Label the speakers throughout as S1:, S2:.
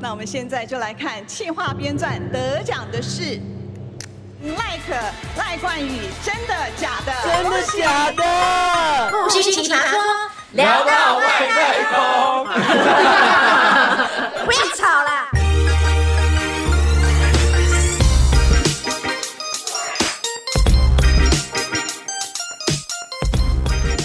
S1: 那我们现在就来看气化编撰得奖的是赖可赖冠宇，真的假的？
S2: 真的假的？
S3: 不虚情茶说，
S4: 聊到外太空。
S3: 不要吵啦！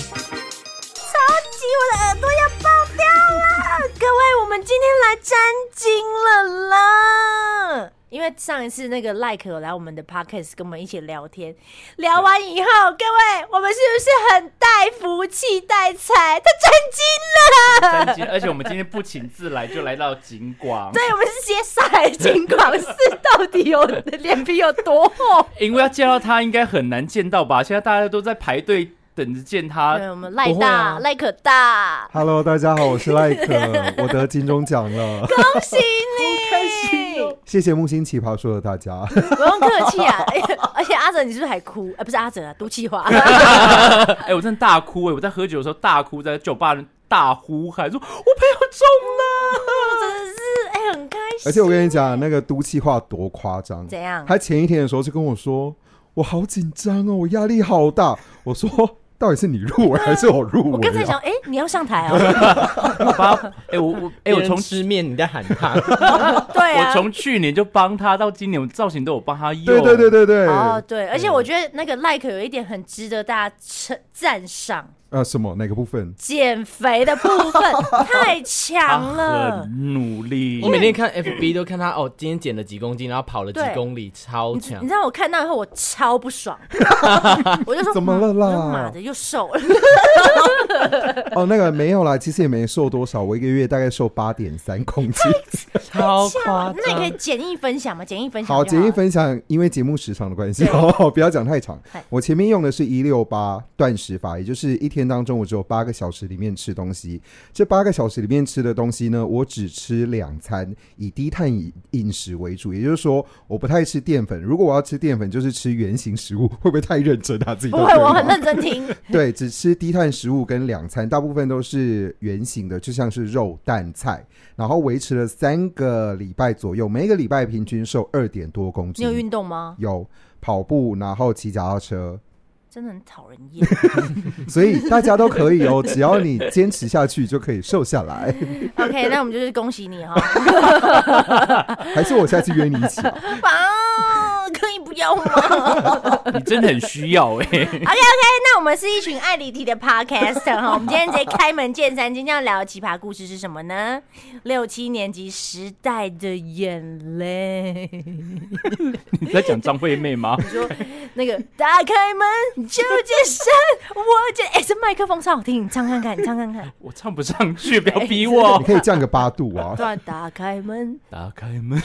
S3: 超级，我的耳朵要爆掉了！各位，我们今天来占经了啦！因为上一次那个 Like 有来我们的 Podcast 跟我们一起聊天，聊完以后，各位，我们是不是很带福气、带财？他占经了
S4: 真！经，而且我们今天不请自来就来到景广，
S3: 对，我们是接上海金广寺到底有脸皮有多厚？
S4: 因为要见到他应该很难见到吧？现在大家都在排队等着见他。
S3: 对，我们赖
S4: 不会
S3: 大、
S4: 啊
S3: 赖可大，
S5: Hello，大家好，我是赖可， 我得金钟奖了，
S3: 恭喜你！
S4: 开心哦
S5: 谢谢木星奇葩说的 大家。
S3: 不用客气啊！ 哎而且阿哲，你是不是还哭？啊，不是阿哲啊，都气 话。
S4: 哎、我真的大哭哎、我在喝酒的时候大哭，在酒吧大呼喊说：“我朋友中了。
S3: 真的是哎、很开心。
S5: 而且我跟你讲，那个都气话多夸张，
S3: 怎样
S5: 他前一天的时候就跟我说，我好紧张哦，我压力好大。我说，到底是你入围还是我入
S3: 我
S5: 围、
S3: 刚才想，
S5: 啊？
S3: 哎、你要上台啊？”
S4: 好吧， 哎、我我哎、我
S2: 别人
S4: 从
S2: 吃面你在喊他，
S3: 对啊，
S4: 我从去年就帮他，到今年我造型都有帮他用。
S5: 对对对对对，
S3: 哦对，而且我觉得那个赖可有一点很值得大家称赞赏，
S5: 呃，什么哪个部分？
S3: 减肥的部分太
S4: 他
S3: 强了。
S4: 啊很努力。
S2: 我每天看 FB 都看他哦，今天减了几公斤，然后跑了几
S3: 对
S2: 公里，超
S3: 你知
S2: 强
S3: 你知。道我看到以后我超不爽，我就说
S5: 怎么了啦
S3: 我说妈的又瘦了，
S5: 哦，那个没有啦，其实也没瘦多少，我一个月大概瘦八点三公斤。
S2: 超
S3: 那你可以简易分享吗？简易分享
S5: 好，
S3: 就
S5: 简易分享，因为节目时长的关系，哦， 不要讲太长
S3: 嗨。
S5: 我前面用的是一六八断食法，也就是一天当中我只有八个小时里面吃东西。这八个小时里面吃的东西呢，我只吃两餐，以低碳饮饮食为主，也就是说我不太吃淀粉。如果我要吃淀粉，就是吃原型食物， 会不会太认真啊？自己
S3: 不
S5: 都
S3: 会，
S5: 对
S3: 我
S5: 吗
S3: 很认真听。
S5: 对，只吃低碳食物跟两餐，大部分都是圆形的，就像是肉、蛋、菜，然后维持了三个礼拜左右，每一个礼拜平均瘦二点多公
S3: 你
S5: 斤。
S3: 有运动吗？
S5: 有跑步，然后骑脚踏车，
S3: 真的很讨人 厌。
S5: 所以大家都可以哦，只要你坚持下去就可以瘦 下来。
S3: OK，那我们就是恭喜你哈。
S5: 还是我下次约你一起啊？
S3: 啊，可以不要吗
S4: 你真的很需要哎、
S3: ？OK OK，那我们是一群爱离题的 Podcaster 哈。我们今天直接开门见山，今天要聊的奇葩故事是什么呢？六七年级时代的眼泪。
S4: 你在讲张惠妹吗？
S3: 那个打开门，就见山，我见。 哎、这麦克风超好听，你唱看看，你唱看 看。
S4: 我唱不上去，不要逼我
S5: 你。可以降个八度啊
S3: 突！然打开门，
S4: 打开 门，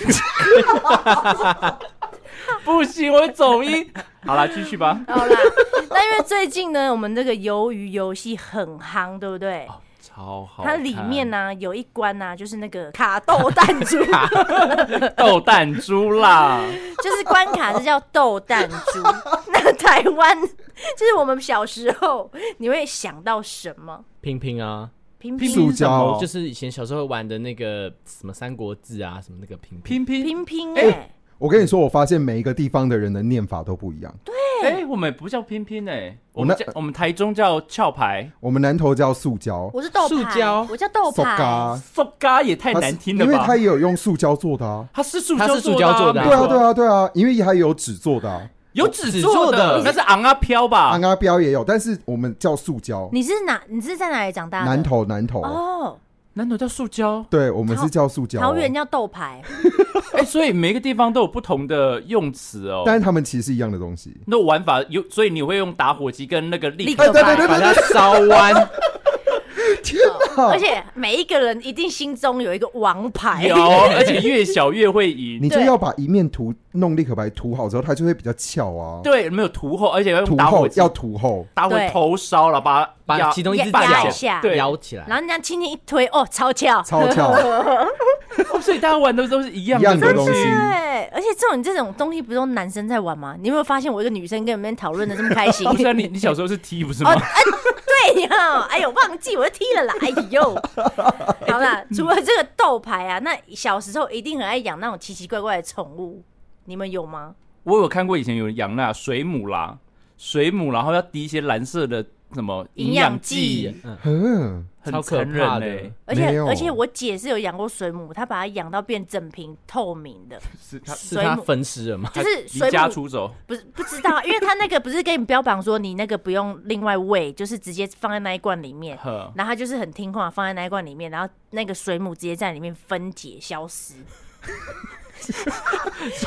S4: 不行，我会走音。好啦，继续吧。
S3: 好啦。那因为最近呢，我们这个鱿鱼游戏很夯，对不对？
S4: 超好看，
S3: 它里面呢、有一关呢、就是那个卡豆弹珠，
S4: 豆弹珠啦，
S3: 就是关卡是叫豆弹珠。那台湾就是我们小时候，你会想到什么？
S2: 拼拼啊，
S3: 拼
S4: 拼
S3: 拼
S5: 塑胶
S4: 哦
S2: 就是以前小时候玩的那个什么《三国志》啊，什么那个拼拼。
S4: 拼拼。
S3: 拼拼哎、
S4: 哎
S5: 我跟你说，我发现每一个地方的人的念法都不一样。
S4: 哎，我们不叫拼拼哎，我
S5: 我
S4: 们
S5: 那
S4: 叫我们台中叫翘牌，
S5: 我们南投叫塑胶，
S3: 我是豆
S2: 塑
S3: 牌
S2: 胶，
S3: 我叫豆
S5: 塑
S3: 牌
S5: 胶。
S4: 塑嘎也
S3: 欸
S4: 太难听了
S5: 因为
S4: 吧
S5: 它？也有用塑胶做的啊。
S4: 它是塑
S2: 它
S4: 胶
S2: 是塑胶做的啊
S5: 对啊，
S4: 没错
S5: 对，啊，对啊，因为它也有纸做的、啊，
S4: 有纸做
S2: 纸做
S4: 的
S2: 的，
S4: 那是昂啊飘吧
S5: 安？阿标也有，但是我们叫塑胶。
S3: 你是哪？你是在哪里长
S4: 啊
S3: 大的？
S5: 南投，南投，
S3: 哦，
S4: 难道叫塑胶？
S5: 对我们是叫塑胶哦、
S3: 桃园叫豆牌，
S4: 哎，所以每个地方都有不同的用词哦。
S5: 但是他们其实是一样的东西。
S4: 那玩法有，所以你会用打火机跟那个立
S3: 立
S4: 刻
S3: 刻
S5: 哎对对对
S3: 牌。
S2: 把它烧弯，
S5: 哦
S3: 而且每一个人一定心中有一个王牌
S4: 有，，而且越小越会赢。
S5: 你就
S3: 对
S5: 要把一面涂弄立可白涂好之后，它就会比较翘啊。
S4: 对，没有涂后，而且要用
S5: 涂
S4: 打火
S5: 后
S4: 机，
S5: 要涂 后，
S4: 打火
S3: 对
S4: 头烧了，把
S2: 把
S4: 压
S2: 其中一只
S3: 压压
S2: 脚
S3: 一下
S4: 对
S2: 摇起来
S3: 然。后人家轻轻一推，哦，超翘。
S5: 超翘，
S4: 哦所以大家玩的都是一样
S5: 一样的
S4: 东
S5: 东 西
S3: 对，而且这种这种东西不都男生 在玩吗？你有没有发现我一个女生跟你们讨论的这么开心？
S4: 哦啊虽然你你小时候是 T 不是
S3: 哦，
S4: 吗？
S3: 哎，对累哦，哎呦，忘记我就踢了啦，哎呦，好啦，除了这个豆牌啊，那小时候一定很爱养那种奇奇怪怪的宠物，你们有吗？
S4: 我有看过以前有人养那水母啦，水母，然后要滴一些蓝色的什么
S3: 营
S4: 营
S3: 养
S4: 养
S3: 剂
S4: 剂，
S2: 嗯，
S5: 嗯，
S4: 很
S2: 超可
S4: 残忍欸
S2: 怕
S4: 嘞、
S2: 的。
S3: 而且
S5: 没有
S3: 而且我姐是有养过水母，她把它养到变整瓶透明的，
S4: 是他
S2: 是
S3: 水
S2: 他
S3: 母
S2: 分尸了吗？
S3: 就是
S4: 离
S3: 水
S4: 家
S3: 母
S4: 出走，
S3: 不是不知道啊，因为它那个不是给你标榜说你那个不用另外喂，就是直接放在那一罐里面，
S4: 呵，
S3: 然后它就是很听话，放在那一罐里面，然后那个水母直接在里面分解消失。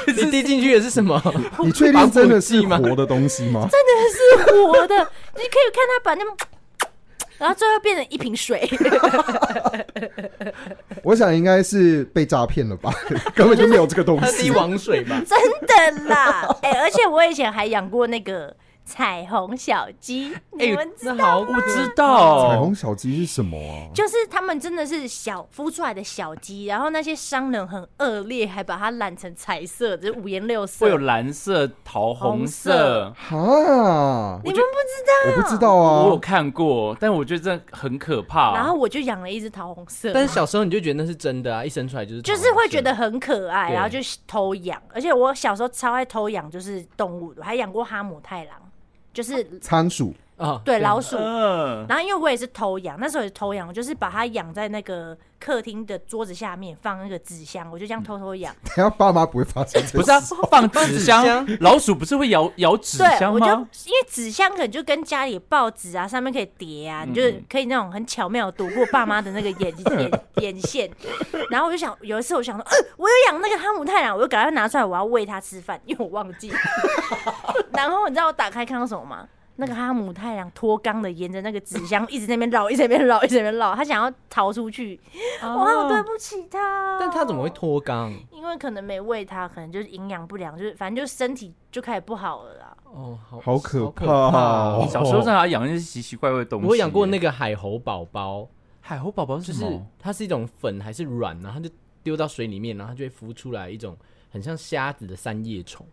S2: 你滴进去的是什么？
S5: 你确定真的嗯是活的东西 吗？
S3: 真的是活的，你可以看它把那么，然后最后变成一瓶水，
S5: 我想应该是被诈骗 了吧，根本就没有这个东
S2: 他
S5: 西
S2: 滴。王水吧？
S3: 真的啦！哎、而且我以前还养过那个彩虹小鸡，你们知
S2: 那好，
S4: 不知
S5: 彩
S4: 道
S5: 虹，小鸡是什么啊？
S3: 就是他们真的是小孵出来的小鸡，然后那些商人很恶劣，还把它染成彩色，就是五颜六色。
S4: 会有蓝色、桃红
S3: 红
S4: 色。
S5: 哈，
S3: 你们不
S5: 我不知道啊。
S4: 我有看过，但我觉得这很可怕、
S3: 然后我就养了一只桃红色，
S2: 但是小时候你就觉得那是真的啊，一生出来就是
S3: 就
S2: 桃
S3: 是
S2: 红
S3: 会
S2: 色
S3: 觉得很可爱，
S2: 对
S3: 然后就偷养。而且我小时候超爱偷养，就是动物的，我还养过哈姆太郎，就是
S2: 哦
S5: 仓鼠，
S2: 啊，
S3: 哦对老鼠。
S4: 嗯，
S3: 然后因为我也是偷养，那时候也是偷养，我就是把它养在那个客厅的桌子下面，放那个纸箱，我就这样偷偷养。
S5: 等下爸妈不会发现这
S4: 不
S5: 个
S4: 是啊， 放纸
S2: 纸
S4: 箱
S2: 箱，
S4: 老鼠不是会咬咬纸
S3: 对，
S4: 箱
S3: 我就
S4: 吗？
S3: 因为纸箱可能就跟家里的报纸啊，上面可以叠啊，你就是可以那种很巧妙地躲过爸妈的那个眼眼眼线。然后我就想，有一次我想说，呃，我有养那个哈姆太郎，我就赶快拿出来，我要喂它吃饭，因为我忘记。 然后你知道我打开看到什么吗？那个哈姆太郎脱肛的，沿着那个纸箱一直在那边绕，一直在那边绕，一直在那边绕，他想要逃出去，我好对不起他。
S2: 但他怎么会？脱肛？
S3: 因为可能没喂它，可能就是营养不良，就是反正就是身体就开始不好了啦。
S2: 哦，好
S5: 好可怕
S2: 哦
S5: 哦！
S4: 小时候正好养那些奇奇怪怪的东西。
S2: 我养过那个海猴宝宝，
S4: 海猴宝宝是
S2: 就
S4: 什
S2: 是
S5: 哦
S4: 么？
S2: 它是一种粉还是软，然后它就丢到水里面，然后它就会浮出来一种很像虾子的三叶虫。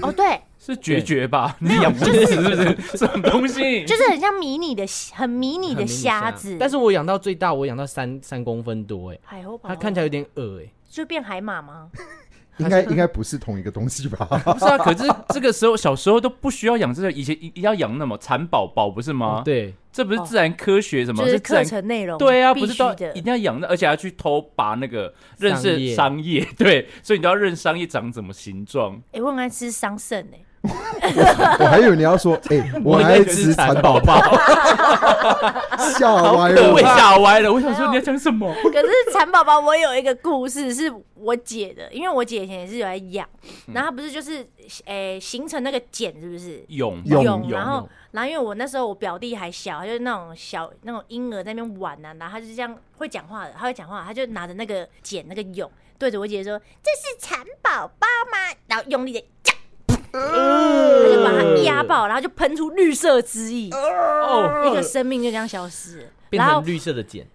S3: 哦，对，
S4: 是决绝 吧？你养不死是不 是？什么东西？
S3: 就是很像迷你的很迷你的
S2: 很迷你
S3: 虾子，
S2: 但是我养到最大，我养到三三公分多，哎，
S3: 海鸥宝
S2: 它
S3: 宝
S2: 看起来有点恶哎、
S3: 就变海马吗？
S5: 应该应该不是同一个东西吧？
S4: 不 是啊，可是这个时候小时候都不需要养这个，以前一定要养那么蚕宝宝不是
S5: 啊
S4: 吗？，
S2: 对，
S4: 这不是自然科学什么？
S3: 哦就是
S4: 自
S3: 课
S4: 然
S3: 程内容
S4: 对啊，
S3: 必
S4: 不
S3: 须
S4: 是都
S3: 的
S4: 一定要养的，而且还去偷拔那个认
S2: 商
S4: 识
S2: 业
S4: 商业， 对，所以你都要认识商业长怎么形状。
S3: 哎、我很爱吃桑葚哎，
S5: 我还以为你要说，哎、我还爱吃蚕宝 宝，吓
S4: 好
S5: 歪
S4: 可
S5: 了
S4: 被。吓歪了。我想
S3: 没
S4: 说
S3: 有
S4: 你要讲什么？
S3: 可是蚕宝宝我有一个故事是我姐的，因为我姐以前也是有在养，然后她不是就是诶、形成那个茧是不是？
S4: 蛹
S5: 蛹
S3: 蛹，
S2: 蛹
S3: 然后
S2: 蛹
S3: 然后因为我那时候我表弟还小，他就是那种小那种婴儿在那边玩呐、啊，然后他就这样会讲话的，他会讲话，他就拿着那个剪那个蛹，对着我姐说：“这是蚕宝宝吗？”然后用力的。他就把它压爆，然后就喷出绿色汁液，
S2: 哦，
S3: 一个生命就这样消失了。
S2: 变
S3: 然后
S2: 成绿色的茧，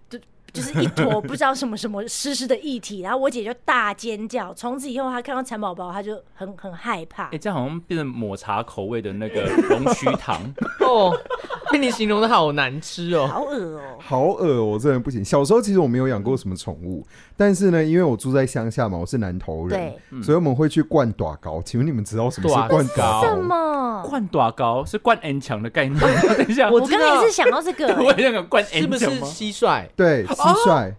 S3: 就是一坨不知道什么什么湿湿的液体，然后我姐就大尖叫。从此以后，她看到蚕宝宝，她就很很害怕
S4: 哎、。这样好像变成抹茶口味的那个龙须糖，
S2: 哦，被你形容的好难吃哦。
S3: 好恶哦、
S5: 好恶哦、我真的不行。小时候其实我没有养过什么宠物，但是呢，因为我住在乡下嘛，我是南投人
S3: 对，
S5: 所以我们会去灌短膏。请问你们知道什么是灌
S2: 好
S5: 短
S3: 什
S5: 膏？
S3: 么？
S4: 灌短膏是灌 N 强的概念。 等一下，
S2: 我
S3: 我
S2: 知
S3: 刚
S2: 道
S3: 刚也是想到这 个、
S4: 我也想讲灌 N
S2: 是不是
S4: 强吗？
S2: 蟋 蟀？
S5: 对，蟋蟀。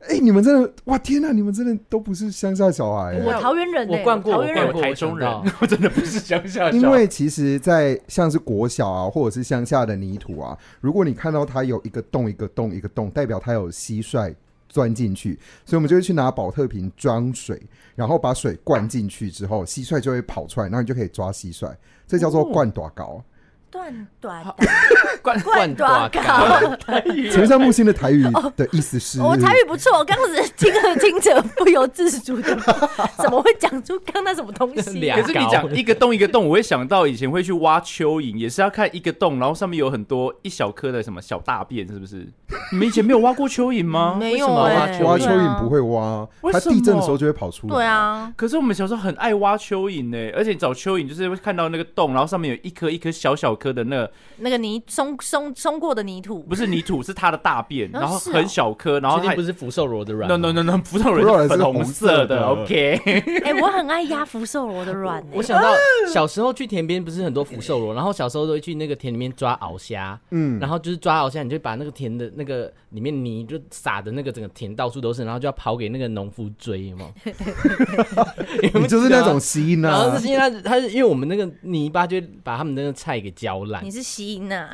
S5: 哎、你们真的哇！天哪、你们真的都不是乡下小孩、
S3: 我桃园人、欸，
S2: 我灌过，
S3: 桃
S2: 我
S3: 园
S2: 灌
S3: 人
S2: 过，
S4: 哎台中人
S2: 我想到，
S4: 我真的不是乡下 小
S5: 因为其实，在像是国小啊，或者是乡下的泥土啊，如果你看到它有一个洞、一个洞、一个洞，代表它有蟋蟀钻进去，所以我们就会去拿保特瓶装水，然后把水灌进去之后，蟋蟀就会跑出来，然后你就可以抓蟋蟀，这叫做灌短膏。
S3: 断短的
S4: 灌
S3: 灌短
S2: 灌
S3: 高。
S4: 哦
S5: 陈山木星的台语的意思是，
S3: 哦我台语不错，我刚刚 只是听着听着不由自主的，怎么会讲出刚那什么东西、
S4: 可
S2: 两
S3: 啊？
S4: 是你 讲一个洞一个洞，我会想到以前会去挖蚯蚓，也是要看一个洞，然后上面有很多一小颗的什么小大便，是不 有你们以前没有挖过蚯蚓吗？
S3: 没有
S2: 为什么挖
S3: 欸
S2: 蚯蚓
S5: 挖
S3: 对
S5: 蚯
S3: 啊
S5: 蚓不会挖，
S4: 为
S5: 它
S4: 什么
S5: 地震的时候就会跑出来。
S3: 对，啊，
S4: 可是我们小时候很爱挖蚯蚓呢、而且找蚯蚓就是会看到那个洞，然后上面有一颗一颗小小颗的那个
S3: 那个泥松松松过的泥土
S4: 不，是泥土，是它的大便，
S3: 啊
S4: 然后
S3: 是哦
S4: 很小颗，然后
S2: 确定
S4: 它
S2: 不是福寿螺的软
S4: no
S2: 吗
S4: no no no 不是人
S5: 不是
S4: 粉
S5: 红
S4: 红
S5: 色
S4: 色
S5: 的
S4: 的，OK，
S3: 哎、我很爱压福寿螺的卵、
S2: 我
S3: 欸，
S2: 想到小时候去田边不是很多福寿螺，然后小时候都会去那个田里面抓鳌虾，
S5: 嗯
S2: 嗯，然后就是抓鳌虾，你就把那个田的那个里面泥就撒的那个整个田到处都是，然后就要跑给那个农夫追，有没有？有没有
S5: 你就是 那种吸
S2: 记得啊。然后
S5: 呢
S2: 是，因为他他是因为我们那个泥巴就会把他们那个菜给浇烂
S3: 你，是吸音 呐、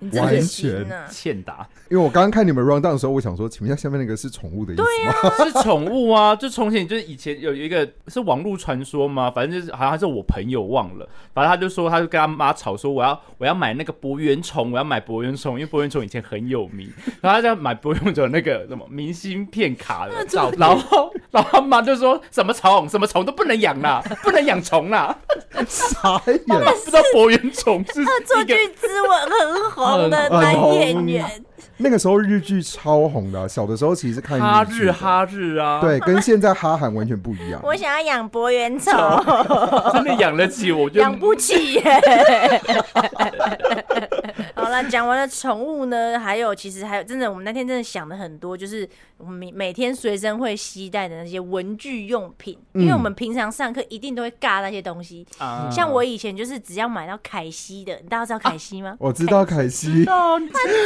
S3: 你真的是吸音啊呐、
S4: 欠打
S5: 因为我刚刚看你们 round down 的时候，我想说，请问一下，下面那个是宠物的意思吗？
S4: 是宠物啊，就从前就是以前有一个是网络传说吗？反正就是好像是我朋友忘了，反正他就说他就跟他妈吵说我要我要买那个博圆虫，我要买博圆虫，因为博圆虫以前很有名，然后他就买博圆虫那个什么明信片 卡的照片，然后然后他妈就说什么虫什么虫都不能养啦，不能养虫 啦，
S3: 啊
S5: 傻眼，
S4: 不知道博圆虫是
S3: 这
S4: 一个
S3: 句子我很红 的
S5: 很
S3: 男
S5: 红
S3: 演员，
S5: 那个时候日剧超红的，小的时候其实是看
S4: 哈
S5: 剧
S4: 日
S5: 的，
S4: 哈日啊，
S5: 对，跟现在哈韩完全不一样。
S3: 我想要养博元 丑，
S2: 啊
S4: 真的养得起，我觉
S3: 养
S4: 得
S3: 不 起耶。好了，讲完了宠物呢，还有其实还有真的，我们那天真的想了很多，就是我们每每天随身会携带的那些文具用品，因为我们平常上课一定都会尬那些东西。
S4: 啊
S3: 像我以前就是只要买到凯西的，你大家知道凯西吗？
S5: 我知道凯西，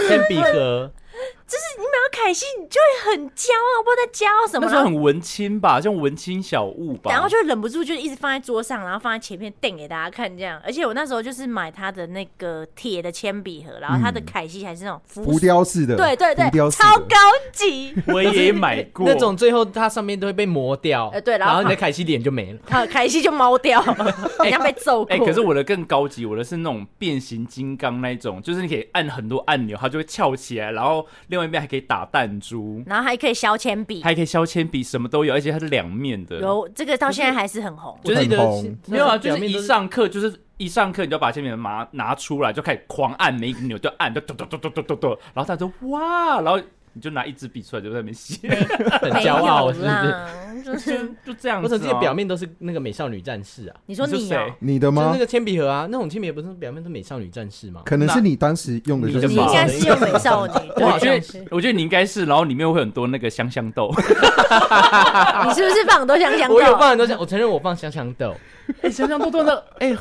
S2: 铅笔盒，
S3: 买到凯西你就会很骄傲，不知道在骄傲什么。
S4: 那时
S3: 然
S4: 候
S3: 后
S4: 很文青吧，像文青小物吧，
S3: 然后就忍不住就一直放在桌上，然后放在前面瞪给大家看这样。而且我那时候就是买他的那个铁的铅笔盒，然后
S4: 嗯
S3: 他的凯西还是那种浮
S5: 浮雕式的，
S3: 对对
S5: 浮雕
S3: 对，
S5: 式的
S3: 超高级。
S4: 我也买过
S2: 那种最后它上面都会被磨掉，
S3: 呃对然
S2: 然
S3: 后
S2: 后你的凯西脸就没了。
S3: 好，凯西就猫 掉，好像被揍过。
S4: 哎、可是我的更高级，我的是那种变形金刚那一种，就是你可以按很多按钮，它就会翘起来，然后另外一边还可以打弹珠，
S3: 然后还可以削铅笔，
S4: 还可以削铅笔，什么都有，而且它是两面的。
S3: 有这个到现在还是很红。
S4: 就是
S5: 很
S2: 我记得
S5: 红
S2: 是
S4: 没有啊？就
S2: 表
S4: 是
S2: 面
S4: 一
S2: 都是
S4: 上课就是。一上课你就把铅笔拿拿出来，就开始狂按每一个钮，就按，就咚咚咚咚咚咚咚，然后他说哇，然后你就拿一支笔出来就在那边写，
S2: 很
S3: 没
S2: 骄傲，
S3: 有
S2: 是不是？
S3: 啦，就
S4: 就是 就这样
S2: 我
S4: 子、
S2: 怎么记得
S4: 哦。
S2: 表面都是那个美少女战士啊？
S3: 你说
S4: 你是
S3: 你哦
S4: 谁，
S5: 你的
S2: 就是
S5: 吗
S2: 那？个铅笔盒啊，那种铅笔盒不是表面都美少女战士吗？
S5: 可能是你当时用的就
S4: 你
S5: 是
S4: 的
S3: 你
S4: 吧
S3: 应该是用美少女，对
S4: 我觉
S3: 对
S4: 得，我觉得你应该是，然后里面会很多那个香香豆，
S3: 你是不是放很多香香
S2: 我有
S3: 豆？
S2: 放很多香，我承认我放香香豆，
S4: 哎，香香豆 豆那哎，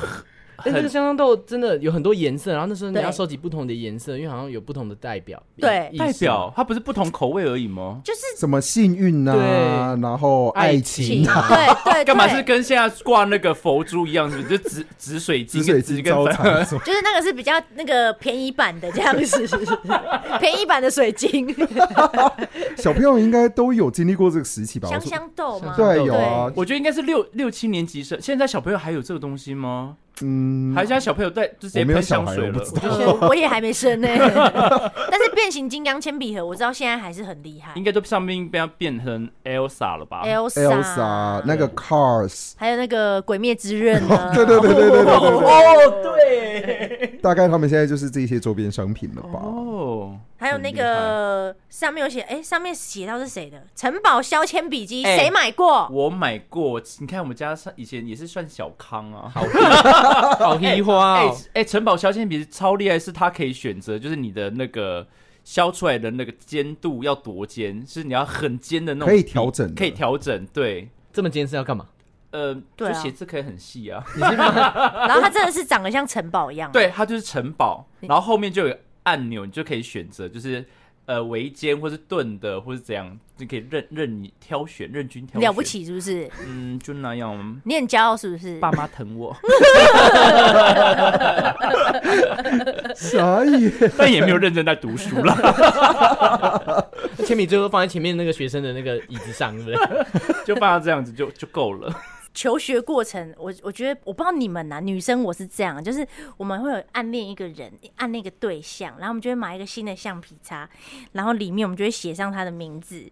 S2: 但这个
S4: 很
S2: 香香豆真的有很多颜色，然后那时候你
S3: 对
S2: 要收集不同的颜色，因为好像有不同的代表，
S3: 对
S2: 意思哦
S4: 代表，它不是不同口味而已吗？
S3: 就是
S5: 什么幸运呐，
S2: 对
S5: 然后爱情
S3: 对 对对，
S4: 干嘛是跟现在挂那个佛珠一样，是不是？就紫紫水晶
S5: 紫
S4: 跟
S5: 水
S4: 紫
S5: 晶
S4: 跟
S5: 招
S4: 粉，
S5: 财，
S3: 就是那个是比较那个便宜版的这样子， 便宜版的水晶，
S5: 小朋友应该都有经历过这个时期吧？我
S3: 香
S5: 说
S3: 香豆吗？
S5: 对，有 啊，
S4: 我觉得应该是六六七年级生，现在小朋友还有这个东西吗？
S5: 嗯
S4: 还，是现在小朋友在就直接
S5: 我没有
S4: 喷
S5: 小
S4: 香
S5: 孩
S4: 水
S5: 我
S4: 了
S5: 不知？道
S4: 我就
S3: 我我也还 没生呢、但是变形金刚铅笔盒，我知道现在还是很厉害
S4: 应该都上面变变成 Elsa 了
S3: 哎
S4: 吧？
S5: ，Elsa 那个 Cars，
S3: 还有那个《鬼灭之刃》啊，
S5: 对对对对对对对对
S4: 哦，对，
S5: 大概他们现在就是这些周边商品了吧？
S4: 哦，
S3: 还有那个上面有写，哎、上面写到是谁的？城堡削铅笔机，
S4: 哎
S3: 谁、买过？
S4: 我买过，你看我们家上以前也是算小康啊， 好
S2: 好批花
S4: 哎、
S2: 哦。
S4: 哎、城堡削铅笔超厉害，是它可以选择，就是你的那个削出来的那个尖度要多尖，是你要很尖的那种笔，
S5: 可以调整的
S4: 可以调整，对，
S2: 这么尖是要干嘛？
S4: 呃，
S3: 对啊嗯
S4: 就写字可以很细啊，
S3: 然后它真的是长得像城堡一样，啊
S4: 对，它就是城堡，然后后面就有按钮，你就可以选择，就是呃围肩或是钝的，或是怎样，你可以任任你挑选，任君挑选，
S3: 了不，起是不是？
S4: 嗯，就那样，
S3: 你很骄傲是不是？
S4: 爸妈疼我，
S5: 啥意？
S4: 但也没有认真在读书啦。
S2: 铅笔最后放在前面那个学生的那个椅子上，对 不对？
S4: 就放到这样子就就够了。
S3: 求学过程，我我觉得我不知道你们呐、啊女生我是这样，就是我们会有暗恋一个人，暗恋一个对象，然后我们就会买一个新的橡皮擦，然后里面我们就会写上他的名字，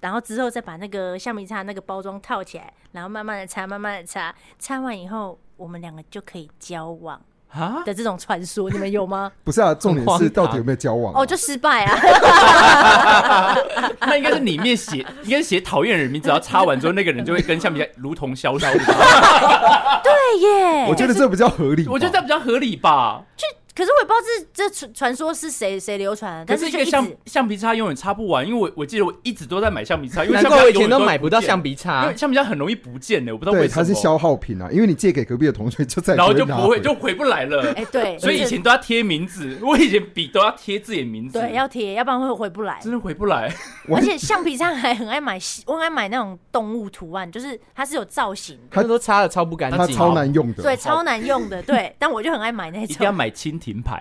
S3: 然后之后再把那个橡皮擦那个包装套起来，然后慢慢的擦，慢慢的擦，擦完以后我们两个就可以交往。
S4: 啊，
S3: 的这种传说，你们 有吗？
S5: 不是啊，重点
S4: 荒
S5: 是
S4: 唐
S5: 到底有没有交往啊、
S3: 哦，就失败 啊！
S4: 那应该是里面写， 应该是写讨厌人名字，然后擦完之后，那个人就会跟橡皮擦如同消失。
S3: 对耶，
S5: 我觉得这比较合理 吧。
S4: 哎我觉得这样比较合理吧。
S3: 可是我也不知道这这传传说是谁谁流传的，
S4: 可
S3: 但
S4: 是
S3: 是就
S4: 一个
S3: 一直
S4: 橡橡皮擦永远擦不完，因为我我记得我一直都在买橡皮擦，因为
S2: 难
S4: 橡皮
S2: 怪
S4: 擦
S2: 我以前都
S4: 永远
S2: 买不到
S4: 见
S2: 橡皮
S4: 因
S2: 擦
S4: 为，橡皮擦很容易不见的，我不知道为
S5: 对，
S4: 什么。
S5: 它是消耗品啊，因为你借给隔壁的同学，就再也
S4: 然后就
S5: 拿
S4: 不会
S5: 回
S4: 就回不来 了。
S3: 哎对，
S4: 所以以前嗯都要贴名字， 我以前笔都要贴自己的名字，
S3: 对要贴，要不然会回不来。
S4: 真的回不 来。
S3: 而且橡皮擦还很爱买细，我很爱买那种动物图案，就是它是有造型的，
S2: 他都擦的超不干
S5: 它
S2: 净，
S5: 超难用的。
S3: 对，超难用的，对。但我就很爱买那
S4: 一定要
S3: 种，
S4: 买蜻蜓 牌，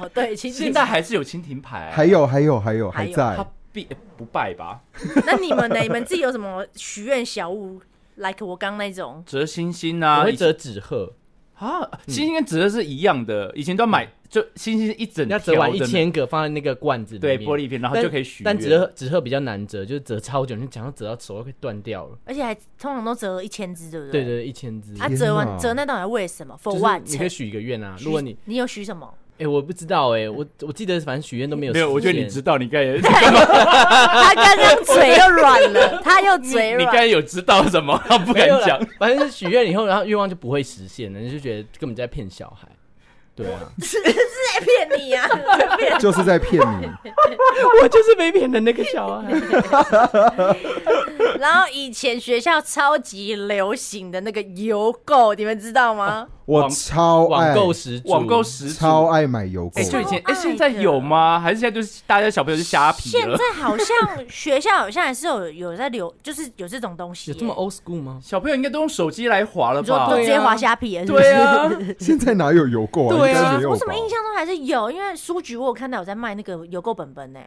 S3: 哦，对，其实
S4: 现在 还是啊有蜻蜓牌，
S5: 还有还有还有还
S3: 还有
S5: 在
S4: 它必不败吧？
S3: 那你们呢？你们自己有什么许愿小物？like 我刚那种，
S4: 折星星
S2: 我
S4: 啊，
S2: 会
S4: 以前
S2: 折纸鹤，
S4: 啊，星星跟折的是一样的，以前都要买，就星星是一整
S2: 嗯要折完
S4: 条
S2: 一
S4: 的
S2: 千个放在那个罐子里
S4: 对
S2: 面，
S4: 玻璃片，然后
S2: 但
S4: 就可以许
S2: 但
S4: 愿。
S2: 纸鹤纸鹤比较难折，就是折超久，你讲到折到手都快断掉了。
S3: 而且还通常都折了一千只，对不
S2: 对
S3: 对？
S2: 对，一千只。
S3: 啊，
S5: 天
S3: 折
S5: 哪
S3: 完折那到底为什么
S2: 就
S3: ？For
S2: 是
S3: what？
S2: 你可以许一个愿啊。
S3: 许
S2: 如果你
S3: 你有许什么？
S2: 哎、我不知道哎、我我记得反正许愿都没有
S4: 没有，我觉得你
S2: 实
S4: 知
S2: 现
S4: 道，你 该也，你
S3: 他刚刚嘴又软了，他又嘴
S4: 你
S3: 软
S4: 该。有知道什么， 不
S2: 没
S4: 敢
S2: 有啦
S4: 讲。，
S2: 反正许愿以后，然后愿望就不会实现了，你就觉得根本在骗小孩。对啊，
S3: 骗你啊！
S5: 就是在骗 你。
S2: 我就是被骗的那个小孩。
S3: 然后以前学校超级流行的那个邮购，你们知道
S4: 哦
S3: 吗？
S5: 我
S4: 网
S5: 超
S2: 网
S5: 爱
S2: 购时足，
S4: 网购十足
S5: 超爱买邮购
S4: 哎、
S5: 的，
S4: 就以前
S3: 超
S4: 哎、
S3: 爱
S4: 现在
S3: 的
S4: 有吗？还是现在就是大家小朋友就虾皮
S3: 现
S4: 了？
S3: 在好像学校好像还是有有在流，就是有这种东西
S2: 有
S3: 耶。
S2: 这么 old school 吗？
S4: 小朋友应该都用手机来划了
S3: 你说
S4: 吧
S3: 都？直
S2: 对
S3: 接滑虾皮了，是不是
S4: 对？ 啊，
S5: 现在哪有邮购啊？
S2: 对啊
S5: 应该没有
S3: 我怎么
S5: 吧
S3: 印象中还是有，因为书局我有看到有在卖那个邮购本本呢、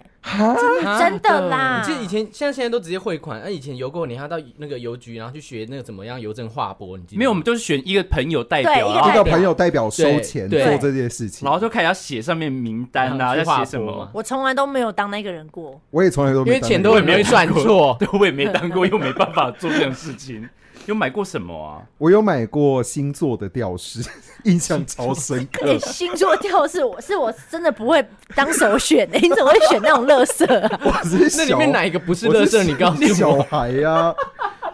S2: 啊
S3: 真的啦
S2: 我记得以前，像现在都直接汇款。啊那、以前邮购你还要到那个邮局，然后去学那个怎么样邮政划拨，你记得吗
S4: 没有，我们都是选一个朋友代表，
S3: 对一个
S4: 然后
S5: 遇到朋友代表收
S2: 对
S5: 钱
S2: 对
S5: 做这件事情
S4: 然，后就开始要写上面名单啊，
S2: 然后
S4: 要
S2: 去划
S4: 写什
S2: 拨
S4: 么
S2: 嘛？
S3: 我从来都没有当那个人 过。
S5: 我也从来都
S2: 因
S5: 没
S2: 为
S5: 当
S2: 钱
S5: 过
S2: 都很容易算错。
S4: 对，我也没当过，又没办法做这种事情。有买过什么啊？
S5: 我有买过星座的吊饰， 印象超深
S3: 而
S4: 嗯
S3: 且
S5: 刻。
S3: 星座调是我 是我真的不会当首选 的、你怎么会选那种乐色啊？
S5: 我只是
S2: 那里面哪一个不是乐色？你 告诉
S5: 小
S2: 我。
S5: 孩呀、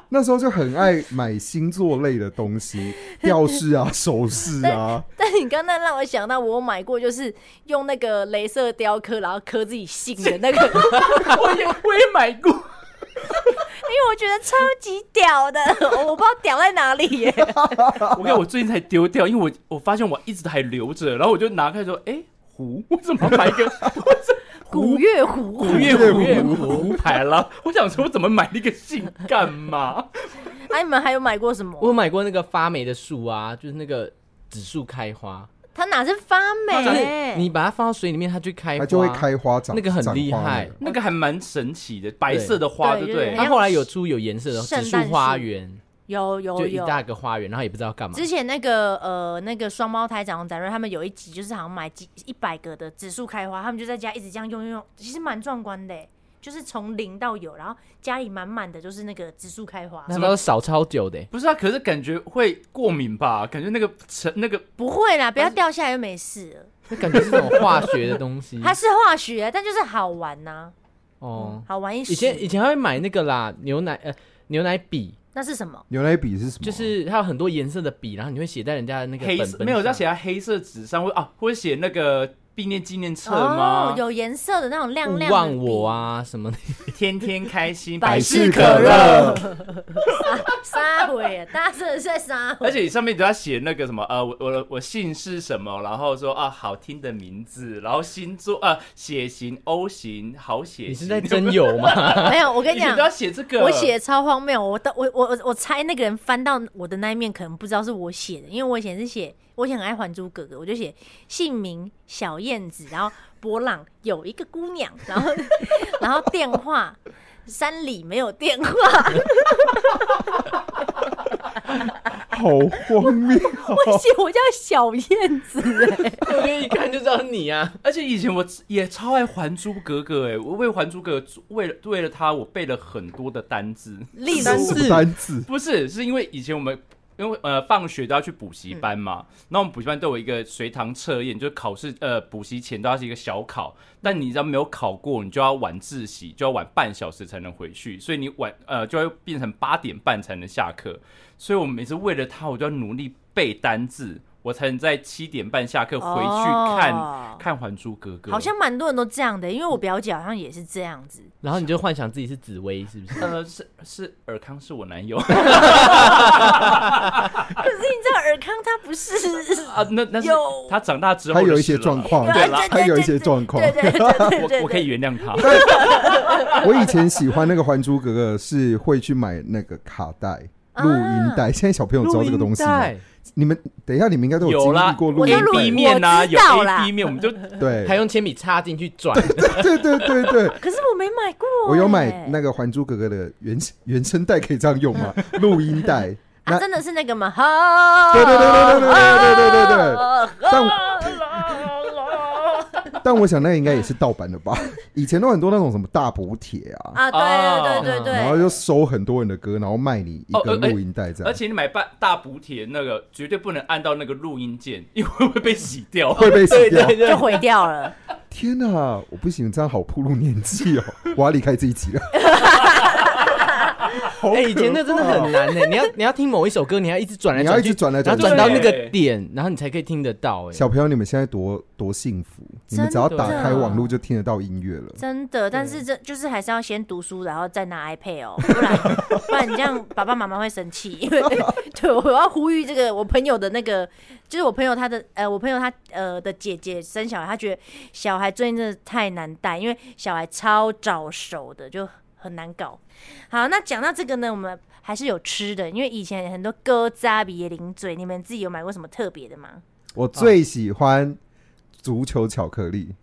S5: 那时候就很爱买星座类的东西，吊饰啊、首饰啊，
S3: 但你刚才让我想到，我有买过就是用那个镭射雕刻，然后刻自己姓的那个，因
S4: 我也我也买过，
S3: 为我觉得超级屌的， 我不知道屌在哪里 耶、
S4: 我看我最近才丢掉，因为我我发现我一直还留着，然后我就拿开说，哎，壶，我怎么买一个我这
S3: 古月胡
S4: 古月
S5: 月
S4: 壶
S2: 壶
S4: 壶牌了？我想说，我怎么买那个信干嘛？
S3: 哎、你们还有买过什么？
S2: 我有买过那个发霉的树啊，就是那个紫树开花，
S3: 它哪是发霉、
S2: 就是你把它放到水里面，它就开花，
S5: 它就会开花长。
S2: 哎那个很
S5: 长
S2: 厉
S5: 花
S2: 害
S5: 了
S4: 那个还蛮神奇的，白色的花，对不
S3: 对就是
S4: 对？
S3: 很
S2: 它后来有出有颜色的
S3: 圣
S2: 紫树
S3: 诞树
S2: 花园，
S3: 有有
S2: 就一
S3: 有。
S2: 大个花园，然后也不知道干嘛。
S3: 之前那个呃，那个双胞胎长展瑞他们有一集就是好像买几一百个的指数开花，他们就在家一直这样用用用，其实蛮壮观的欸，就是从零到有，然后家里满满的就是那个指数开花。
S2: 那都少超 久的欸、
S4: 不是啊，可是感觉会过敏吧？感觉那个成那个
S3: 不会啦，不要掉下来就没事了。。
S2: 那感觉是那种化学的东西
S3: 它是嗯化学，但就是好玩呐、
S2: 哦，
S3: 好玩一时。
S2: 以前以前还会买那个啦，牛奶呃牛奶笔，
S3: 那是什么？
S5: 牛奶笔是什么？
S2: 就是它有很多颜色的笔，然后你会写在人家的那个
S4: 黑
S2: 本
S4: 色
S2: 本
S4: 没有要
S2: 上
S4: 写在黑色纸上，或啊，或者写那个毕业纪念册
S3: 哦
S4: 吗，？
S3: 有颜色的那种亮
S2: 勿
S3: 亮的。
S2: 忘我！啊什么的。
S4: 天天开心，
S3: 百
S5: 事
S3: 可
S5: 乐，
S3: 啊撒鬼，大家真的是在撒鬼。
S4: 而且上面都要写那个什么呃，我我我姓是什么，然后说啊好听的名字，然后星座啊血型 O 型好血型，
S2: 你是在真有 吗？
S3: 没有，我跟
S4: 以
S3: 你
S4: 前
S3: 讲
S4: 都，要写这个，
S3: 我写的超荒谬，我都我我我我猜那个人翻到我的那一面，可能不知道是我写的，因为我以前是写，我以前很爱《还珠格格》，我就写姓名小燕子，然后博朗有一个姑娘，然后 然后电话山里没有电话，
S5: 好荒谬 哦、
S3: 我写我叫小燕子、哎
S2: 我觉得一看就知道是你啊。
S4: 而且以前我也超爱《还珠格格》哎，我为《还珠格格》为了为了它，我背了很多的单字。
S3: 例
S2: 但
S3: 如
S2: 是
S5: 单字
S4: 不是，是因为以前我们因为呃放学都要去补习班嘛，
S3: 嗯
S4: 那我们补习班都有一个随堂测验，就是考试呃补习前都要是一个小考，但你只要没有考过，你就要晚自习，就要晚半小时才能回去，所以你晚呃就会变成八点半才能下课，所以我每次为了他，我就要努力背单字。我才能在七点半下课回去看、
S3: 哦
S4: 看《还珠格格》，
S3: 好像蛮多人都这样的，因为我表姐好像也是这样子。
S2: 然后你就幻想自己是紫薇，是不是？
S4: 呃是是尔康是我男 友
S3: 可是你知道尔康他不是，
S4: 啊，那那是
S3: 有
S4: 他长大之后
S5: 他有
S4: 的
S5: 一些
S4: 事了
S5: 状，况，
S3: 对啦
S5: 他有一些状况
S3: 对。对对对对对，
S4: 我我可以原谅他。
S5: 我以前喜欢那个《还珠格格》，是会去买那个卡带、
S3: 啊
S5: 录音带。现在小朋友知道这个东西吗？你们等一下，你们应该都
S4: 有
S5: 经历
S4: 啦，
S5: 过录
S3: 我
S5: 音
S3: 就录
S5: 带
S4: B 面呐、
S3: 我知
S4: 有
S3: 道啦
S4: A B 面，我们 就
S5: 对
S2: 还，用铅笔插进去 转，
S5: 对对对对，
S3: 可是我没买过欸、
S5: 我有买那个《还珠格格》的原原声带，可以这样用吗？录音带。
S3: 啊，
S5: 那
S3: 真的是那个吗？哈
S5: 对对对对对对对对对对但但我想那个应该也是盗版的吧？以前都很多那种什么大补帖啊，
S3: 啊，对对对对对，
S5: 然后就收很多人的歌，然后卖你一个录音带这样，
S4: 而且你买半大补贴那个绝对不能按到那个录音键，因为会被洗掉。
S5: 会被洗掉。
S3: 就毁掉了。
S5: 天哪、我不行，这样好暴露年纪哦，我要离开这一集了。好可
S2: 哎、
S5: 怕
S2: 以前那真的很难呢、你要你要听某一首歌，你要一直转来
S5: 你要
S2: 转
S5: 一
S2: 去
S5: 直，转来转
S2: 然后
S5: 去
S2: 转到那个
S4: 对
S2: 点，然后你才可以听得到、哎，
S5: 小朋友，你们现在多多幸福，你们只要打开网络就听得到音乐了。
S3: 真的，但是这就是还是要先读书，然后再拿 iPad 哦，不然 不然你这样爸爸妈妈会生气。 因为对，我要呼吁这个我朋友的那个，就是我朋友他的呃，我朋友他呃的姐姐生小孩，她觉得小孩最近真的太难带，因为小孩超早熟的，就很难搞。好，那讲到这个呢，我们还是有吃的，因为以前很多哥扎比零嘴，你们自己有买过什么特别的吗？
S5: 我最喜欢足球巧克力，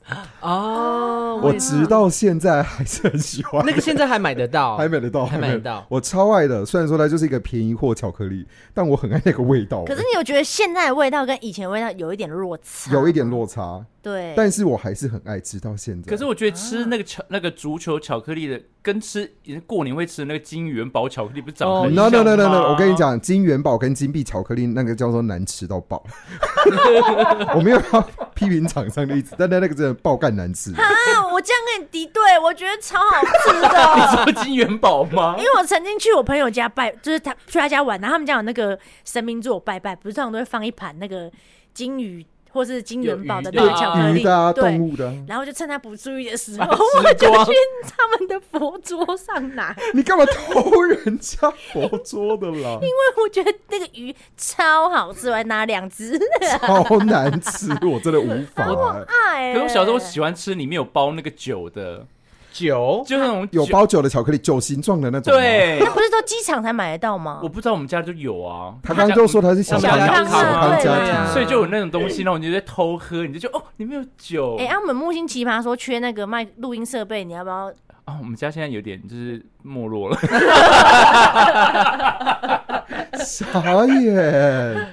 S2: 哦，
S5: 我直到现在还是很喜欢。
S2: 那个现在还买得 到，
S5: 还买得到，
S2: 还买得到
S5: 我超爱的。虽然说它就是一个便宜货巧克力，但我很爱那个味道。
S3: 可是你有觉得现在的味道跟以前的味道有一点落差？
S5: 有一点落差，
S3: 对，
S5: 但是我还是很爱吃到现在。
S4: 可是我觉得吃
S5: 啊
S4: 那个巧那个足球巧克力的，跟吃过年会吃的那个金元宝巧克力不是长
S2: 哦
S4: 得很像
S5: No
S4: 吗
S5: no no no no！我跟你，讲，金元宝跟金币巧克力那个叫做难吃到爆。我没有要批评厂商的意思，但那那个真的爆干难吃。
S3: 啊，我这样跟你敌对，我觉得超好 吃的。
S4: 你说金元宝吗
S3: 因？为我曾经去我朋友家拜，就是他去他家玩，然后他们家有那个神明座拜拜，不是通常都会放一盘那个金鱼或是金元宝的那
S4: 有
S3: 个
S4: 鱼
S3: 巧克
S5: 鱼
S3: 力，
S5: 的啊，动
S3: 对。
S5: 物的啊，
S3: 然后就趁他不注意的时
S4: 把
S3: 候，
S4: 它吃
S3: 我就
S4: 光
S3: 去他们的佛桌上 拿，因
S5: 你干嘛偷人家佛桌的啦？
S3: 为我觉得那个鱼超好吃，我还拿两只。
S5: 超难吃，我真的无 法。
S3: 哎，
S4: 可是我小时候喜欢吃里面有包那个酒的，
S2: 酒
S4: 就那种
S5: 有
S4: 酒。
S5: 包酒的巧克力，酒形状的那种。，
S4: 对，
S3: 不是都机场才买得到吗
S4: 我？不知道我们家就有啊。
S5: 他刚刚就说他是小
S2: 小
S5: 康
S2: 小
S5: 家
S2: 康
S5: 小康家
S2: 对啊
S5: 庭，
S4: 所以就有那种东西，然后你就在偷喝，你就觉得哦，里面有酒。
S3: 哎，啊，我们木星奇葩说缺那个卖录音设备，你要不要
S4: 啊，我们家现在有点就是没落了。
S5: 傻眼。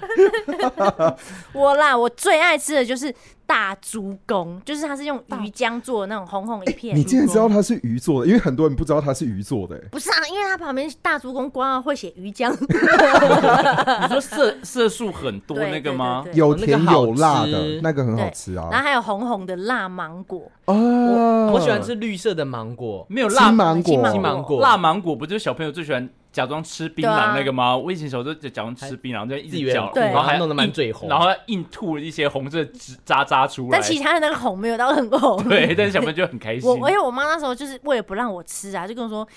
S3: 我啦，我最爱吃的就是大猪公，就是它是用鱼浆做的那种红红一片。
S5: 你竟然知道他是鱼做的，因为很多人不知道他是鱼做的、欸
S3: 不是啊，因为它旁边大猪公光会写鱼浆，
S4: 你说 色色素很多
S3: 对
S4: 那个吗？
S3: 对对对
S5: 有甜有辣
S2: 那个好吃
S5: 的，那个很好吃
S3: 然
S5: 啊。
S3: 后还有红红的辣芒果，
S5: 啊，
S2: 我
S5: 我
S2: 喜欢吃绿色的芒果，
S4: 没有
S5: 金
S4: 辣
S5: 芒
S3: 金
S5: 果，
S2: 金芒果，
S4: 辣芒果，不就是小朋友最喜欢假装吃槟
S3: 对啊
S4: 榔那个吗？我以前小时候就假装吃槟榔，就一
S2: 自己
S4: 直嚼，
S2: 圆
S3: 对
S4: 然后还
S2: 然后弄得满嘴
S4: 硬
S2: 红
S4: 然后硬吐一些红色汁渣渣出来
S3: 但。其实它的那个红没有到很红。
S4: 对，但是小朋友就很开心
S3: 我，。而且我妈那时候就是为了不让我吃啊，就跟我说，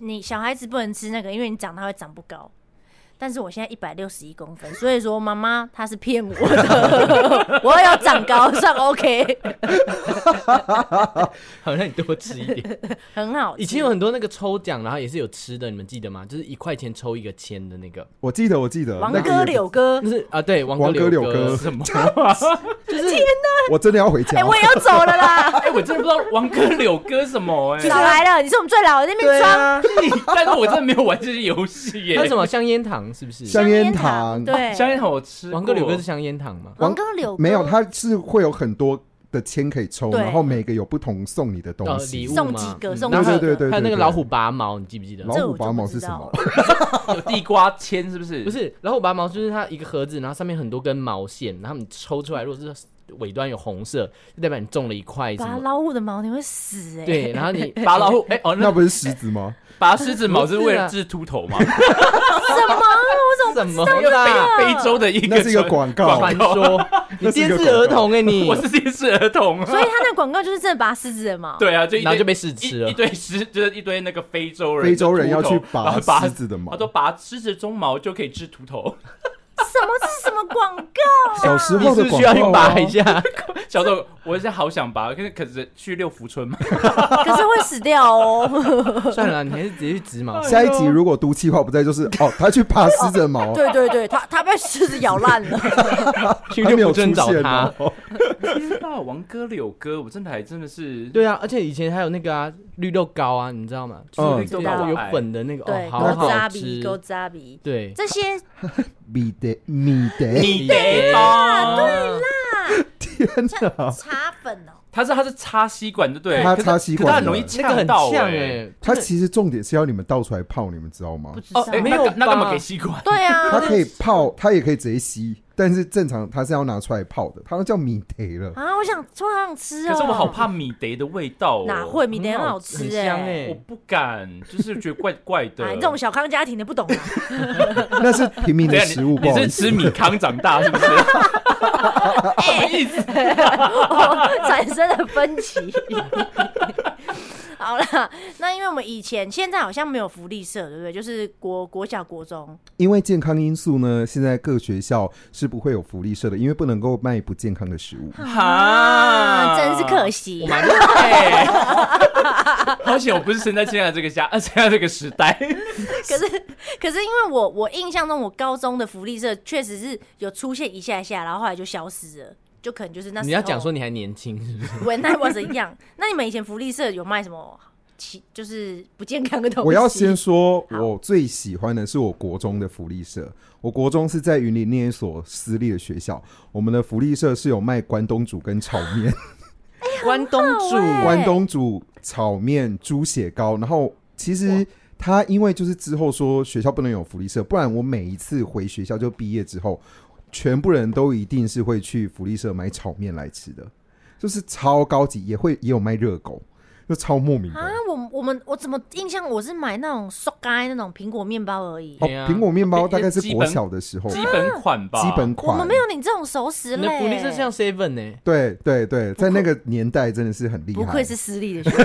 S3: 你小孩子不能吃那个，因为你长大会长不高。但是我现在一百六十一公分，所以说妈妈她是骗我 的，我要长高算 OK，
S2: 好让你多吃一点。
S3: 很好吃。
S2: 以前有很多那个抽奖，然后也是有吃的，你们记得吗？就是一块钱抽一个签的那个，
S5: 我记得，我记得，
S3: 王
S5: 那个
S3: 哥
S5: 也
S3: 柳哥
S2: 就，是啊，对，王
S5: 王
S2: 哥
S5: 哥柳
S2: 哥
S5: 哥，
S4: 什么？
S5: 我真的要回
S3: 哎、
S5: 家。
S3: 我也要走了啦。
S4: 哎，我真的不知道王哥柳哥什么哎
S3: 早。来了，你是我们最老的那边装、
S2: 啊，
S4: 但是我真的没有玩这些游戏耶。
S2: 还有什么香烟糖是不是？
S5: 香烟糖
S3: 对，
S4: 香烟好吃过。
S2: 王哥柳哥是香烟糖吗？
S5: 王
S3: 王哥柳哥
S5: 没有，它是会有很多的签可以抽，
S3: 对
S5: 然后每个有不同送你的东
S2: 呃
S5: 西
S2: 礼。物
S3: 送
S2: 嘛
S3: 几个，
S4: 嗯
S3: 送几
S5: 对
S3: 个，
S5: 对对对，
S2: 还有那
S5: 对
S2: 个
S5: 对
S2: 老虎拔毛，你记不记得？
S5: 老
S3: 这我
S5: 虎
S3: 就
S5: 拔
S3: 不
S5: 毛
S3: 知
S5: 是什
S3: 道
S5: 么？
S4: 有地瓜签是不 是？
S2: 不，是，老虎拔毛就是它一个盒子，然后上面很多根毛线，然后你抽出来，如果是尾端有红色，就代表你中了一块什
S3: 拔
S2: 么。
S3: 老虎的毛你会死哎、
S2: 对，然 后你
S4: 拔老虎，哎、哦，
S5: 那
S4: 那
S5: 不是狮子吗？
S4: 拔狮子毛是为了
S2: 不是
S4: 治秃 头吗？
S3: 什么？我怎
S2: 什
S3: 么
S2: 么
S4: 因为
S3: 啊
S2: 啦？
S4: 非非洲的一个
S5: 那是一个
S4: 传
S5: 广告
S2: 传
S4: 广告，
S2: 说你
S5: 那是一
S2: 电
S5: 个
S2: 视儿童哎你
S4: 我，是电视儿童啊。
S3: 所以他那广告就是真的拔狮子的毛。
S4: 对啊，就一堆
S2: 然后就被试吃
S4: 一
S2: 了
S4: 一。堆狮，就是一堆那个非洲人，
S5: 非洲人要去
S4: 然
S5: 拔
S4: 后拔
S5: 狮子的毛
S4: 他。说拔狮子鬃毛就可以治秃头。
S3: 什么？这是什么广告、啊？
S5: 小时
S2: 你
S5: 候
S2: 是
S5: 的
S2: 不
S5: 广
S2: 是需要去
S5: 告啊
S2: 拔一下？
S4: 小豆，我是好想拔，可是可是去六福村嘛，
S3: 可是会死掉 哦。
S2: 算了，你还是直接去植毛。
S5: 哦
S3: 哎
S5: 下一集如果毒气话不在，就是哦，他去拔狮子的毛，
S3: 对对对，他他被狮子咬烂 了。
S2: 去
S5: 他没有
S2: 六福
S5: 出
S2: 镇找
S5: 现
S2: 他。
S5: 哦。
S4: 知道王哥、柳哥，我真的还真的是
S2: 对啊，而且以前还有那个啊，绿豆糕啊，你知道吗？
S5: 嗯
S2: 就是
S3: 知道啊
S2: 有粉的那个，
S3: 对，
S2: 哦，
S3: 勾
S2: 好
S3: 扎
S2: 好
S3: 鼻，
S2: 吃。
S3: 勾扎鼻，
S2: 对，
S3: 这些
S5: 米德米德，
S4: 你得吧？对啦，
S5: 天哪！
S3: 茶粉哦，
S4: 他是他是插吸管，对不对？
S5: 他
S4: 可是
S5: 插吸管
S4: 可是他很容易
S2: 那个
S4: 呛
S2: 很
S4: 到
S2: 像
S4: 欸。
S2: 哎，
S5: 他其实重点是要你们倒出来泡，你们知道吗
S3: 不？知道
S4: 哦，。哎
S2: 没
S4: 那
S2: 有
S4: 干那干嘛
S2: 吧
S4: 给吸管？
S3: 对啊，
S5: 他可以泡，他也可以直接吸，但是正常他是要拿出来泡的，他都叫米德了。
S3: 啊，我想突然想吃哦。
S4: 可是我好怕米德的味道哦，
S3: 哪会米点很好吃
S2: 嗯很香
S3: 哎。
S4: 我
S2: 哎。
S4: 不敢，就是觉得怪怪的。
S3: 哎，你这种小康家庭的不懂啊，
S5: 那是平民
S4: 等
S5: 的
S4: 一下
S5: 食物，
S4: 啊你
S5: 不
S4: 你
S5: 好意
S4: 是
S5: 思
S4: 吃。米糠长大是不是？什么意 思？
S3: 产生了分歧。 好啦，那因为我们以前现在好像没有福利社，对不对？就是国国小、国中，
S5: 因为健康因素呢，现在各学校是不会有福利社的，因为不能够卖不健康的食物。
S4: 哈
S3: 啊，真是可
S4: 惜。
S3: 惜
S4: 我。蛮累，而哎且我不是生在现在这个家，呃， 现在这个时代。
S3: 可是，可是因为我我印象中，我高中的福利社确实是有出现一下下，然后后来就消失了，就可能就是那时候
S2: 你要讲说你还年轻是不是？
S3: When I was young，那你们以前福利社有卖什么其就是不健康的 东西？
S5: 我要先说，
S3: 好
S5: 我最喜欢的是我国中的福利社。我国中是在云林念一所私立的学校，我们的福利社是有卖关东煮跟炒面，
S2: 关东煮
S3: 哎
S5: 关东煮、炒面、猪血糕。然后其实他因为就是之后说学校不能有福利社，不然我每一次回学校就毕业之后，全部人都一定是会去福利社买炒面来吃的，就是超高级，也会也有卖热狗，就超莫名的哦
S3: 啊。，我我们我怎么印象我是买那种塑干那种苹果面包而已，
S5: 哦，
S2: 对啊
S5: 苹果面包大概是
S4: 基
S5: 国
S4: 本
S5: 小的时候
S4: 基本款吧，
S5: 哦基本
S3: 我
S5: 款，
S3: 们没有你这种熟食
S2: 你的
S3: 类。
S2: 福利社像 seven 欸呢？
S5: 对对对，在那个年代真的是很厉
S3: 不
S5: 害。
S3: 愧是私立 的学校，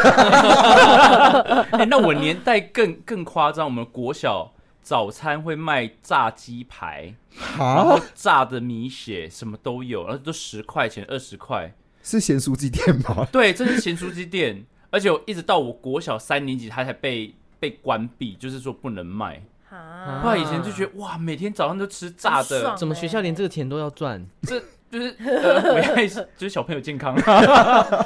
S4: 哎、那我年代更更夸张，我们国小早餐会卖炸鸡排，然
S5: 哈
S4: 后，炸的米血什么都有，然后都十块钱、二十块。
S5: 是咸酥鸡店吗？
S4: 对，这是咸酥鸡店， 而且我一直到我国小三年级，它才被被关闭，就是说不能卖。
S3: 啊
S4: 不然以前就觉得哇，每天早上都吃炸
S3: 很爽
S4: 的，
S2: 怎么学校连这个钱都要赚？
S4: 这就是 呃，危害就是小朋友健康，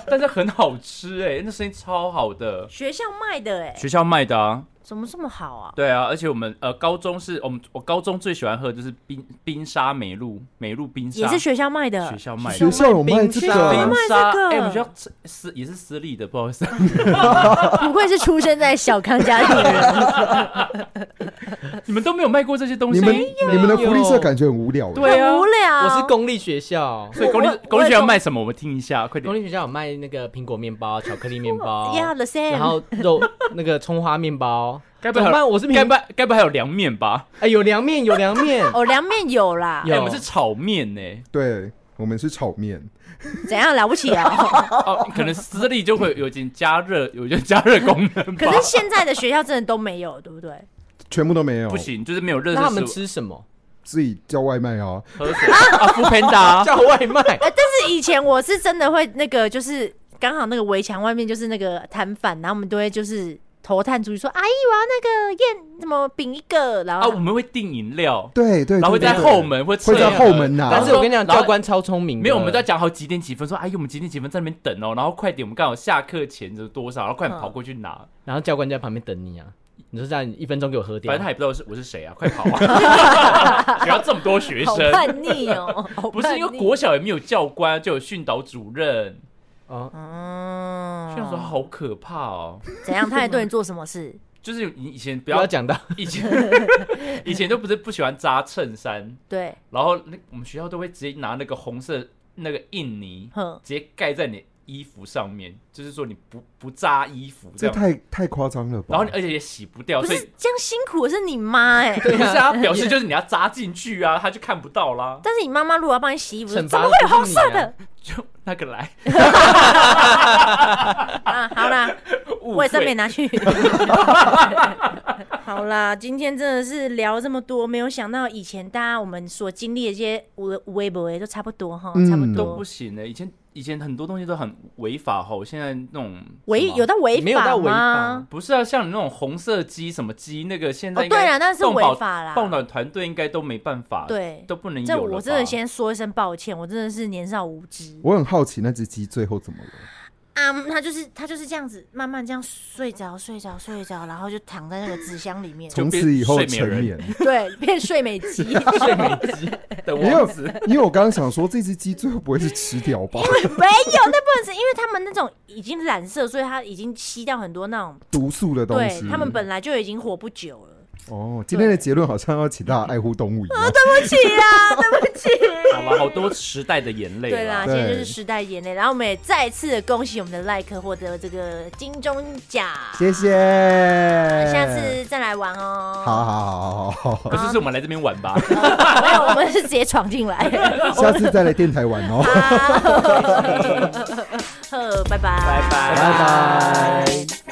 S4: 但是很好吃哎、那生意超好的。
S3: 学校卖的哎、
S4: 学校卖的啊，
S3: 怎么这么好啊？
S4: 对啊，而且我们呃高中是我们我高中最喜欢喝的就是冰冰沙美露，美露冰沙
S3: 也是学校卖的
S4: 学，校卖的
S5: 学校有卖这
S2: 学
S5: 个
S2: 校
S4: 冰
S5: 啊
S3: 卖？
S4: 沙，
S3: 这个
S4: 哎、我们学校私私也是私立的，不好意思，
S3: 不愧是出生在小康家 庭的人。
S4: 你们都没有卖过这些东
S5: 你
S4: 西，
S5: 们你们的
S2: 没有
S5: 福利社感觉很无聊。
S4: 对啊
S3: 很无，聊。
S2: 我是公立学校，
S4: 所以公立
S3: 我我
S4: 公立学
S3: 我
S4: 校
S3: 也
S4: 卖什么？我们听一下，快
S2: 公
S4: 点。
S2: 立学校有卖那个苹果面包、巧克力 面包，
S3: 呀，the same。。
S2: 然后肉那个葱花面包。
S4: 该不
S2: 怎
S4: 会
S2: 么
S4: 还有
S2: 办？我是
S4: 该
S2: 平
S4: 不会该不会还有凉面吧？
S2: 哎，有凉面，有凉 面
S3: 哦，凉面有啦
S4: 哎、
S2: 有，
S4: 我们是炒面呢、
S5: 对，我们是炒面，
S3: 怎样了不起啊？
S4: 哦，可能私立就会有一点加热，有一点加热功能吧
S3: 可。是现在的学校真的都没有，对不对？
S5: 全部都没有，
S4: 不行，就是没有热
S2: 那
S4: 色
S2: 他
S4: 食
S2: 们
S4: 物
S2: 吃什么？
S5: 自己叫外卖啊。
S4: 喝水 啊，福平达，
S2: 叫外 卖。
S3: 呃，但是以前我是真的会那个，就是刚好那个围墙外面就是那个摊贩，然后我们都会就是头探出去说：“阿姨，我要那个燕什么饼一个。”然
S4: 啊，
S3: 后、
S4: 我们会订饮料，
S5: 对对，
S4: 然后会
S5: 对
S4: 在
S5: 对
S4: 后门啊会
S5: 会在后门拿
S2: 但是我跟你讲，
S4: 然后
S2: 教官超聪明的。
S4: 没有，我们在讲好几点几分，说哎呦，我们几点几分在那边等哦，然后快点，我们刚好下课前就是多少，然后快点
S2: 嗯
S4: 跑过去拿，
S2: 然后教官就在旁边等你啊。你说这样一分钟给我喝掉
S4: 反正，他也不知道我是我是谁啊，快跑啊！ 学校这么多学
S3: 好
S4: 生，
S3: 叛逆哦，好
S4: 不是因
S3: 叛
S4: 为
S3: 逆
S4: 国小也没有教官，就有训导主任，
S2: 哦，
S3: 哦，
S4: 想说好可怕哦，
S3: 怎样？他还对你做什么事？
S4: 就是你以前不
S2: 不要
S4: 要
S2: 讲到
S4: 以前 以前都不是不喜欢扎衬衫，
S3: 对，
S4: 然后那我们学校都会直接拿那个红色那个印泥，
S3: 哼，
S4: 直接盖在你衣服上面，就是说你不不扎衣服这
S5: 这
S4: 样，
S5: 太太夸张了吧？
S4: 然后你而且也洗不掉，
S3: 不
S4: 哦所以
S3: 是这样辛苦的是你妈哎、
S4: 对啊，他表示就是你要扎进去啊，他就看不到啦，
S3: 但是你妈妈如果要帮你洗衣服，
S2: 惩
S3: 怎
S2: 罚
S3: 么会有
S2: 不是
S3: 红色
S2: 你啊
S3: 的
S4: 就那个来
S3: 啊？好啦，
S4: 误
S3: 卫生棉
S4: 会。
S3: 拿去。 好啦，今天真的是聊这么多，没有想到以前大家我们所经历的这些无微不微都差不多哈，
S5: 嗯
S3: 差不
S4: 都不
S3: 多。
S4: 行的、以前以前很多东西都很违法吼，现在那种
S3: 违
S4: 什么啊
S3: 有到违
S2: 没有
S3: 法
S2: 到违
S3: 吗
S2: 法？
S4: 不是啊，像你那种红色鸡什么鸡，那个现在
S3: 哦
S4: 应该
S3: 对啊那是
S4: 动保
S3: 违法啦
S4: 动保团队应该都没办法，
S3: 对
S4: 都不能有
S3: 这
S4: 了吧
S3: 我真的先说一声抱歉，我真的是年少无知
S5: 我很好奇那只鸡最后怎么了？
S3: 啊！他就是他就是这样子，慢慢这样睡着睡着睡着，然后就躺在那个纸箱里面，
S5: 从此以后成
S4: 睡美
S5: 年，
S3: 对，变睡美 肌。
S4: 睡美鸡 的
S5: 因
S4: 王子，
S5: 为因为我刚刚想说这只鸡最后不会是吃掉 吧？
S3: 没有，那不能吃，因为他们那种已经染色，所以他已经吸掉很多那种，
S5: 毒素的东
S3: 对
S5: 西，
S3: 他们本来就已经活不久了。
S5: 哦，今天的结论好像要请大家爱护动物一样。
S3: 对不起 啊，对不起。
S4: 好啊吧，好多时代的眼泪。
S3: 对啊啦，
S5: 对
S3: 现在就是时代眼泪，然后我们也再次地恭喜我们的赖克获得这个金钟奖，
S5: 谢谢，
S3: 下次哦再来玩哦。
S5: 好，好好好好，
S4: 可是是我们来这边玩吧，
S3: 没有，我们是直接闯进来。
S5: 下次再来电台玩 哦。
S3: 好，呵，拜拜，
S4: 拜
S5: 拜拜。